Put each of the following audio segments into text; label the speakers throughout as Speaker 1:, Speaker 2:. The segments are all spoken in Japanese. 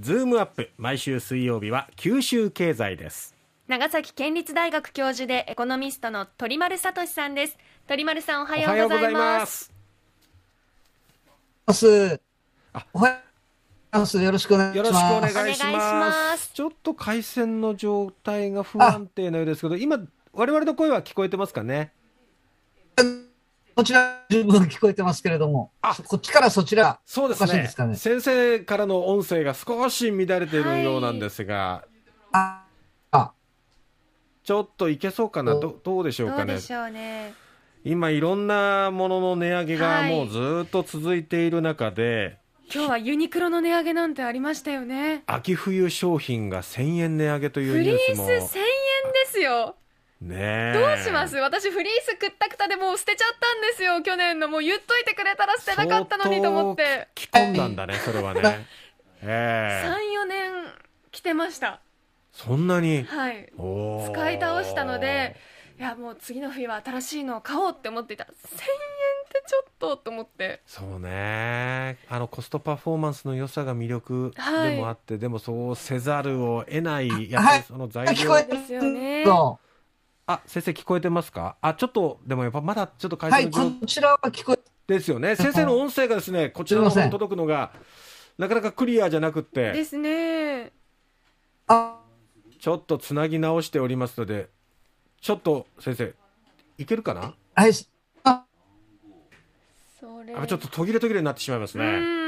Speaker 1: ズームアップ毎週水曜日は九州経済です
Speaker 2: 長崎県立大学教授でエコノミストの鳥丸聡さんです鳥丸さんおは
Speaker 1: お
Speaker 2: よ
Speaker 1: はよ
Speaker 2: う
Speaker 1: う
Speaker 2: ご
Speaker 1: ご
Speaker 2: ざ
Speaker 1: ざ
Speaker 2: い
Speaker 1: い
Speaker 2: ま
Speaker 1: ますす
Speaker 3: ます。
Speaker 1: あ
Speaker 3: おはようございます。よろしくお願いし
Speaker 1: よ
Speaker 3: ます。
Speaker 1: ろしくお願いし
Speaker 2: しますお願いし
Speaker 1: ま
Speaker 2: ます
Speaker 1: すちょっと回線の状態が不安定のようですけど今我々の声は聞こえてますかね
Speaker 3: こちら十分聞こえてますけれども、
Speaker 1: あ
Speaker 3: こっちからそちら、
Speaker 1: そうです
Speaker 3: おかしい
Speaker 1: ね
Speaker 3: ですかね
Speaker 1: 先生からの音声が少し乱れているようなんですが、
Speaker 3: あ、あ、
Speaker 1: ちょっといけそうかなどどうでしょう
Speaker 2: ど
Speaker 1: か
Speaker 2: う
Speaker 1: ね
Speaker 2: でしょうね
Speaker 1: 今いろんなものの値上げが
Speaker 2: はい
Speaker 1: もうずっと続いている中で、
Speaker 2: 今日はユニクロの値上げなんてありましたよね
Speaker 1: 秋冬商品が1000円値上げという
Speaker 2: フ
Speaker 1: ニ
Speaker 2: リ
Speaker 1: ュー
Speaker 2: ース
Speaker 1: スも
Speaker 2: 1000円ですよ
Speaker 1: ねえ
Speaker 2: どうします私フリースくったくたでもう捨てちゃったんですよ去年のもう言っといてくれたら捨てなかったのにと思って
Speaker 1: 着込んだんだねそれはねええ
Speaker 2: 34年着てました
Speaker 1: そんなに
Speaker 2: はい
Speaker 1: おー
Speaker 2: 使い倒したのでいやもう次の冬は新しいのを買おうって思っていた1000円ってちょっとと思って
Speaker 1: そうねあのコストパフォーマンスの良さが魅力
Speaker 2: はい
Speaker 1: でもあって、でもそうせざるを得ないやっぱ
Speaker 3: は
Speaker 1: り
Speaker 3: い
Speaker 1: その材
Speaker 3: 聞
Speaker 1: 料
Speaker 3: こえて
Speaker 2: ですよね
Speaker 3: そ
Speaker 1: あ先生聞こえてますかあちょっとでもやっぱまだちょっと
Speaker 3: う
Speaker 1: 回
Speaker 3: は
Speaker 1: 線の
Speaker 3: い、
Speaker 1: 状
Speaker 3: こちらは聞こえ、
Speaker 1: ですよね。先生の音声がですね、こちらの方に届くのが、なかなかクリアじゃなくっ
Speaker 2: で
Speaker 1: て、
Speaker 2: すね
Speaker 3: あ、
Speaker 1: ちょっとつなぎ直しておりますので、ちょっと先生、いけるかな
Speaker 3: はい、あ、
Speaker 2: それ
Speaker 1: あちょっと途切れ途切れになってしまいます
Speaker 2: う
Speaker 1: ね。
Speaker 2: ん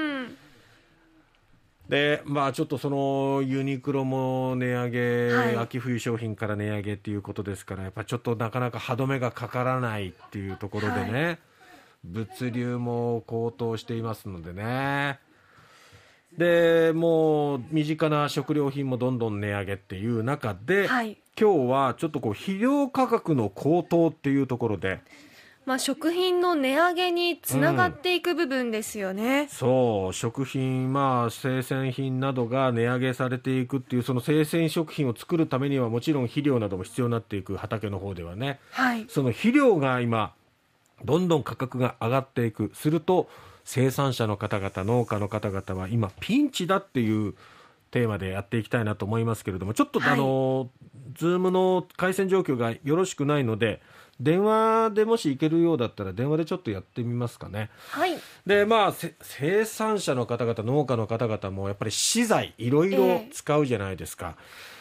Speaker 1: で、まあちょっとそのユニクロも値上げ、
Speaker 2: はい
Speaker 1: 秋冬商品から値上げっていうことですから、やっぱちょっとなかなか歯止めがかからないっていうところでね、物流も高騰していますのでね。でもう身近な食料品もどんどん値上げっていう中で、
Speaker 2: はい
Speaker 1: 今日はちょっとこう肥料価格の高騰っていうところで
Speaker 2: まあ食品の値上げにつながっていく部分ですよね、
Speaker 1: そう食品、まあ、生鮮品などが値上げされていくっていうその生鮮食品を作るためにはもちろん肥料なども必要になっていく畑の方ではね
Speaker 2: はい
Speaker 1: その肥料が今どんどん価格が上がっていくすると生産者の方々農家の方々は今ピンチだっていうテーマでやっていきたいなと思いますけれどもちょっと
Speaker 2: はい
Speaker 1: あの、ズームの回線状況がよろしくないので電話でもし行けるようだったら電話でちょっとやってみますかね。
Speaker 2: はい
Speaker 1: でまあせ生産者の方々農家の方々もやっぱり資材いろいろ使うじゃないですか、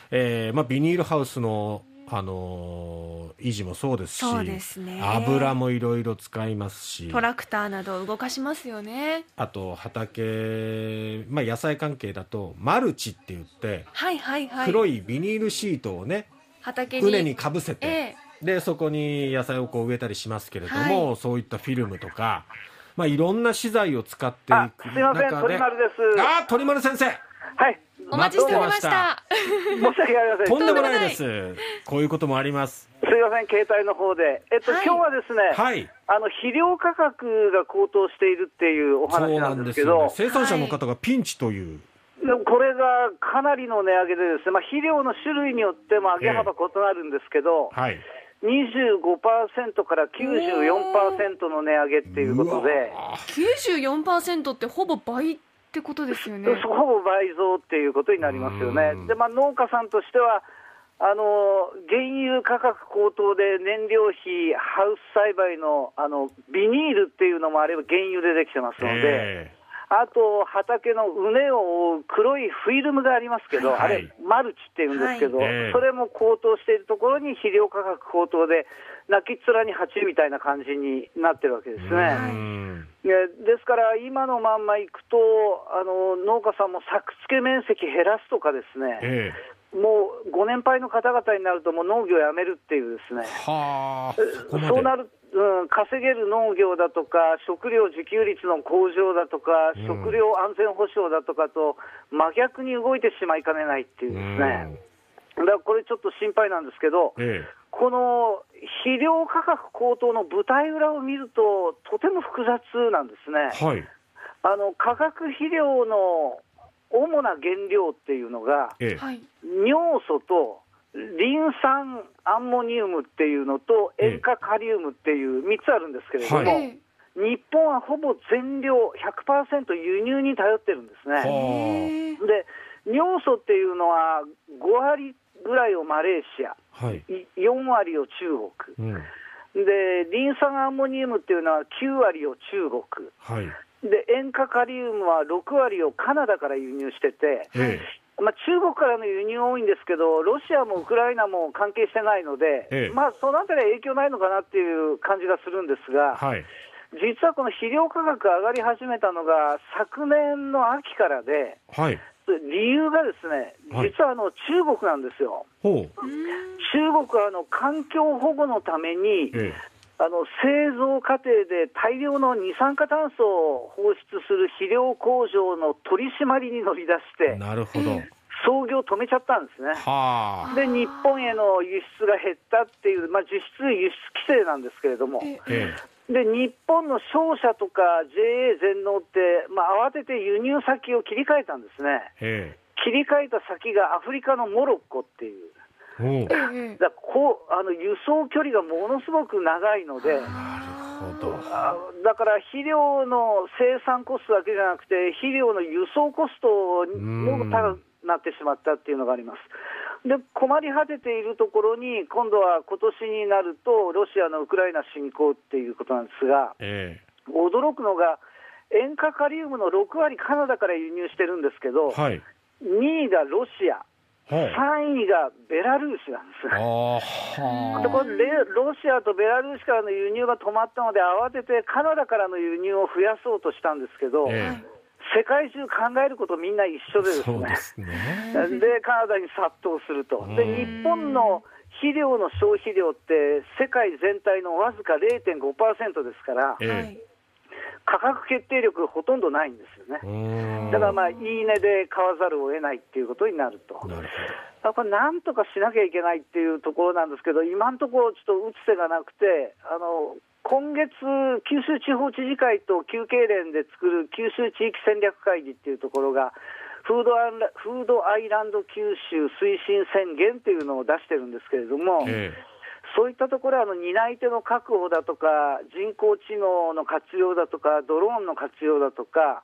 Speaker 1: えーまあ、ビニールハウスの、あのー維持もそうですし
Speaker 2: そうですね
Speaker 1: 油もいろいろ使いますし
Speaker 2: トラクターなどを動かしますよね
Speaker 1: あと畑、まあ、野菜関係だとマルチって言って
Speaker 2: はいはいはい
Speaker 1: 黒
Speaker 2: い
Speaker 1: いビニールシートをね
Speaker 2: 畑に
Speaker 1: 畝にかぶせて、
Speaker 2: え
Speaker 1: でそこに野菜をこう植えたりしますけれども、そういったフィルムとか、まあ、いろんな資材を使ってい
Speaker 4: あ
Speaker 1: く中
Speaker 4: す
Speaker 1: で
Speaker 4: みません、鳥丸です。
Speaker 1: あー鳥丸先生
Speaker 4: はい、
Speaker 2: お待ちしておりました
Speaker 4: 申し訳ありません。す
Speaker 1: とんでもないですこういうこともあります
Speaker 4: みません、携帯の方で。えっと、
Speaker 2: はい
Speaker 4: 今日はですね、
Speaker 1: はい
Speaker 4: あの肥料価格が高騰しているっていうお
Speaker 1: そう
Speaker 4: 話
Speaker 1: な
Speaker 4: な
Speaker 1: ん
Speaker 4: んで
Speaker 1: ですす
Speaker 4: け
Speaker 1: よ、ね
Speaker 4: ど、、
Speaker 1: 生産者の方がピンチという、
Speaker 4: でもこれがかなりの値上げでですね、まあ、肥料の種類によっても上げ幅異なるんですけど、
Speaker 1: はい、
Speaker 4: 25%から94%の値上げっていうことで、
Speaker 2: 94%ってほぼ倍ってことですよね
Speaker 4: そほぼ倍増っていうことになりますよね
Speaker 1: うん。
Speaker 4: で、まあ、農家さんとしては、あの原油価格高騰で燃料費、ハウス栽培のあのビニールっていうのもあれば原油でできてますの
Speaker 1: え
Speaker 4: で、あと畑の畝を覆う黒いフィルムがありますけど、
Speaker 1: はい
Speaker 4: あれ、マルチっていうんですけど、
Speaker 1: はいええ
Speaker 4: それも高騰しているところに肥料価格高騰で、泣きっ面に鉢みたいな感じになってるわけですね。
Speaker 1: ーうん
Speaker 4: ね、ですから、今のまんまいくとあの、農家さんも作付け面積減らすとかですね、
Speaker 1: え
Speaker 4: もうご年配の方々になると、もう農業やめるっていうですね
Speaker 1: え、はあそこまで
Speaker 4: そうなる、うん、稼げる農業だとか、食料自給率の向上だとか、
Speaker 1: うん
Speaker 4: 食料安全保障だとかと、真逆に動いてしまいかねないっていう
Speaker 1: う
Speaker 4: です
Speaker 1: ん
Speaker 4: ね、だからこれちょっと心配なんですけど、
Speaker 1: え
Speaker 4: この肥料価格高騰の舞台裏を見ると、とても複雑なんですね。
Speaker 1: えはい
Speaker 4: あの化学肥料の主な原料っていうのが、
Speaker 1: ええ
Speaker 2: はい
Speaker 4: 尿素とリン酸アンモニウムっていうのと、
Speaker 1: ええ
Speaker 4: 塩化カリウムっていう3つあるんですけれども、
Speaker 1: はい
Speaker 2: え
Speaker 4: 日本はほぼ全量100%輸入に頼ってるんですね。
Speaker 1: は
Speaker 2: え
Speaker 4: で尿素っていうのは5割ぐらいをマレーシア、
Speaker 1: はい。
Speaker 4: い4割を中国、
Speaker 1: うん。
Speaker 4: でリン酸アンモニウムっていうのは9割を中国、
Speaker 1: はい。
Speaker 4: で塩化カリウムは6割をカナダから輸入してて、
Speaker 1: え
Speaker 4: まあ、中国からの輸入多いんですけど、ロシアもウクライナも関係してないので、
Speaker 1: ええ
Speaker 4: まあ、そのあたりは影響ないのかなっていう感じがするんです
Speaker 1: え。
Speaker 4: が、
Speaker 1: はい。
Speaker 4: 実はこの肥料価格上がり始めたのが、昨年の秋からで、
Speaker 1: はい。
Speaker 4: 理由がですね、
Speaker 1: はい
Speaker 4: 実はあの中国なんですよ。
Speaker 1: ほう。
Speaker 4: 中国はあの環境保護のために、
Speaker 1: え
Speaker 4: あの製造過程で大量の二酸化炭素を放出する肥料工場の取り締まりに乗り出し
Speaker 1: え。
Speaker 4: て、
Speaker 1: なるほど。
Speaker 4: 操業止めちゃったんですね。
Speaker 1: はあ。
Speaker 4: で、日本への輸出が減ったっていう、まあ、実質輸出規制なんですけれども、
Speaker 2: え
Speaker 1: ええ。
Speaker 4: で日本の商社とか JA 全農って、まあ、慌てて輸入先を切り替えたんですね、
Speaker 1: え
Speaker 4: 切り替えた先がアフリカのモロッコっていう、
Speaker 1: え。ほう。
Speaker 2: ええ
Speaker 4: だからこうあの輸送距離がものすごく長いので。
Speaker 1: なるほど。
Speaker 4: あだから肥料の生産コストだけじゃなくて、肥料の輸送コストも高くなってしまったっていうのがあります。で困り果てているところに、今度は今年になると、ロシアのウクライナ侵攻っていうことなんですが、
Speaker 1: え
Speaker 4: 驚くのが、塩化カリウムの6割、カナダから輸入してるんですけ
Speaker 1: え。
Speaker 4: ど、
Speaker 1: はい。
Speaker 4: 2位がロシア、
Speaker 1: はい。
Speaker 4: 3位がベラルーシなんです。
Speaker 1: ああ。
Speaker 4: で
Speaker 1: は
Speaker 4: これレロシアとベラルーシからの輸入が止まったので、慌ててカナダからの輸入を増やそうとしたんですけど、
Speaker 1: あ。え
Speaker 4: 世界中考えることみんな一緒
Speaker 1: え。
Speaker 4: でです
Speaker 1: そうで
Speaker 4: ね、
Speaker 1: すね。
Speaker 4: でカナダに殺到すると、で
Speaker 1: う
Speaker 4: 日本の肥料の消費量って、世界全体のわずか0.5%ですから、
Speaker 1: え
Speaker 2: はい
Speaker 1: え。
Speaker 4: 価格決定力、ほとんどないんですよね。
Speaker 1: うーん。
Speaker 4: だからまあ、いいねで買わざるを得ないっていうことになると。
Speaker 1: なる
Speaker 4: あこれなんとかしなきゃいけないっていうところなんですけど、今のところ、ちょっと打つ手がなくて、あの今月、九州地方知事会と旧経連で作る九州地域戦略会議っていうところが、フードアンラフードアイランド九州推進宣言っていうのを出してるんですけれども
Speaker 1: ほど。、え
Speaker 4: そういったところはあの担い手の確保だとか、人工知能の活用だとか、ドローンの活用だとか、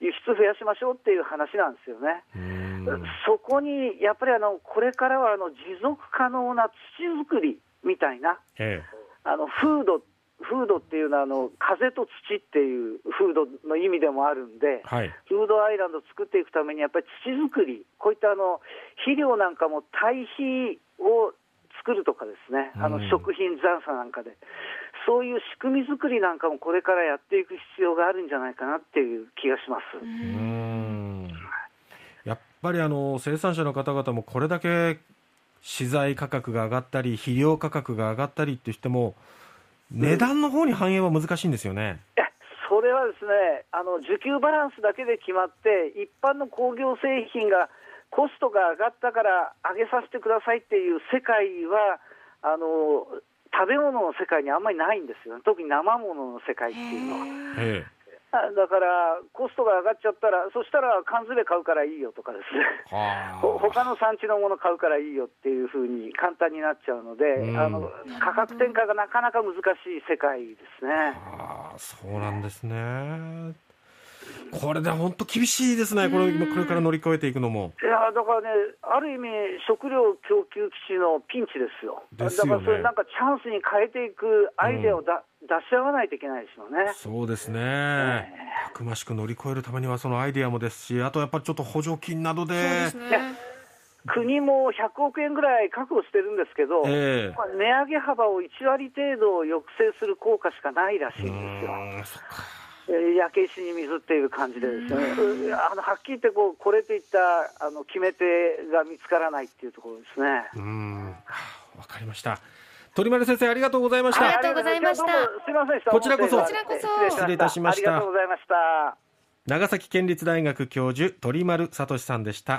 Speaker 4: 輸出増やしましょうっていう話なんですよね。
Speaker 1: え。うーん。
Speaker 4: そこにやっぱりあのこれからはあの持続可能な土作りみたいな、
Speaker 1: え
Speaker 4: あのフード、フードっていうのはあの風と土っていうフードの意味でもあるん
Speaker 1: え。、
Speaker 4: で
Speaker 1: はい。
Speaker 4: フードアイランドを作っていくために、やっぱり土作り、こういったあの肥料なんかも堆肥を作るとかですね、あの
Speaker 1: うん
Speaker 4: 食品残差なんかで、そういう仕組み作りなんかもこれからやっていく必要があるんじゃないかなっていう気がします。
Speaker 1: うーんやっぱりあの生産者の方々もこれだけ資材価格が上がったり肥料価格が上がったりってしても値段の方に反映は難しいんですよね。
Speaker 4: いやそれはですねあの需給バランスだけで決まって、一般の工業製品がコストが上がったから上げさせてくださいっていう世界は、あの食べ物の世界にあんまりないんですよね、特に生ものの世界っていうのは。
Speaker 1: え
Speaker 4: あだから、コストが上がっちゃったら、そしたら缶詰買うからいいよとかですね。
Speaker 1: え、は
Speaker 4: ほ他の産地のもの買うからいいよっていうふうに簡単になっちゃうので、
Speaker 1: うん
Speaker 4: あの価格転嫁がなかなか難しい世界ですね。
Speaker 1: あーそうなんですね。これで本当厳しいですね。これこれから乗り越えていくのも。
Speaker 4: いやーだからね、ある意味、食料供給基地のピンチですよ、
Speaker 1: ですよね
Speaker 4: だからそれなんかチャンスに変えていくアイデアをだ、出し合わないといけないですよね。
Speaker 1: そうですね。たくましく乗り越えるためにはそのアイデアもですし、あとやっぱりちょっと補助金など
Speaker 2: そうで。
Speaker 1: です
Speaker 2: ね。
Speaker 4: 国も100億円ぐらい確保してるんですけど、
Speaker 1: ええ
Speaker 4: まあ値上げ幅を1割程度抑制する効果しかないらしいん
Speaker 1: う
Speaker 4: ですよ。
Speaker 1: ーんそっか
Speaker 4: えー焼け石に水っていう感じでですね、うんあのはっきり言ってこう、これといったあの決め手が見つからないっていうところですね。
Speaker 1: うーん、はあわかりました。鳥丸先生、ありがとうございました。
Speaker 2: ありがとうございました
Speaker 4: はどうもすみませんでした。
Speaker 1: こちらこそ
Speaker 4: お手伝いして
Speaker 2: こちらこそ
Speaker 1: 失礼いたしました
Speaker 4: ありがとうございました。
Speaker 1: 長崎県立大学教授、鳥丸聡さんでした。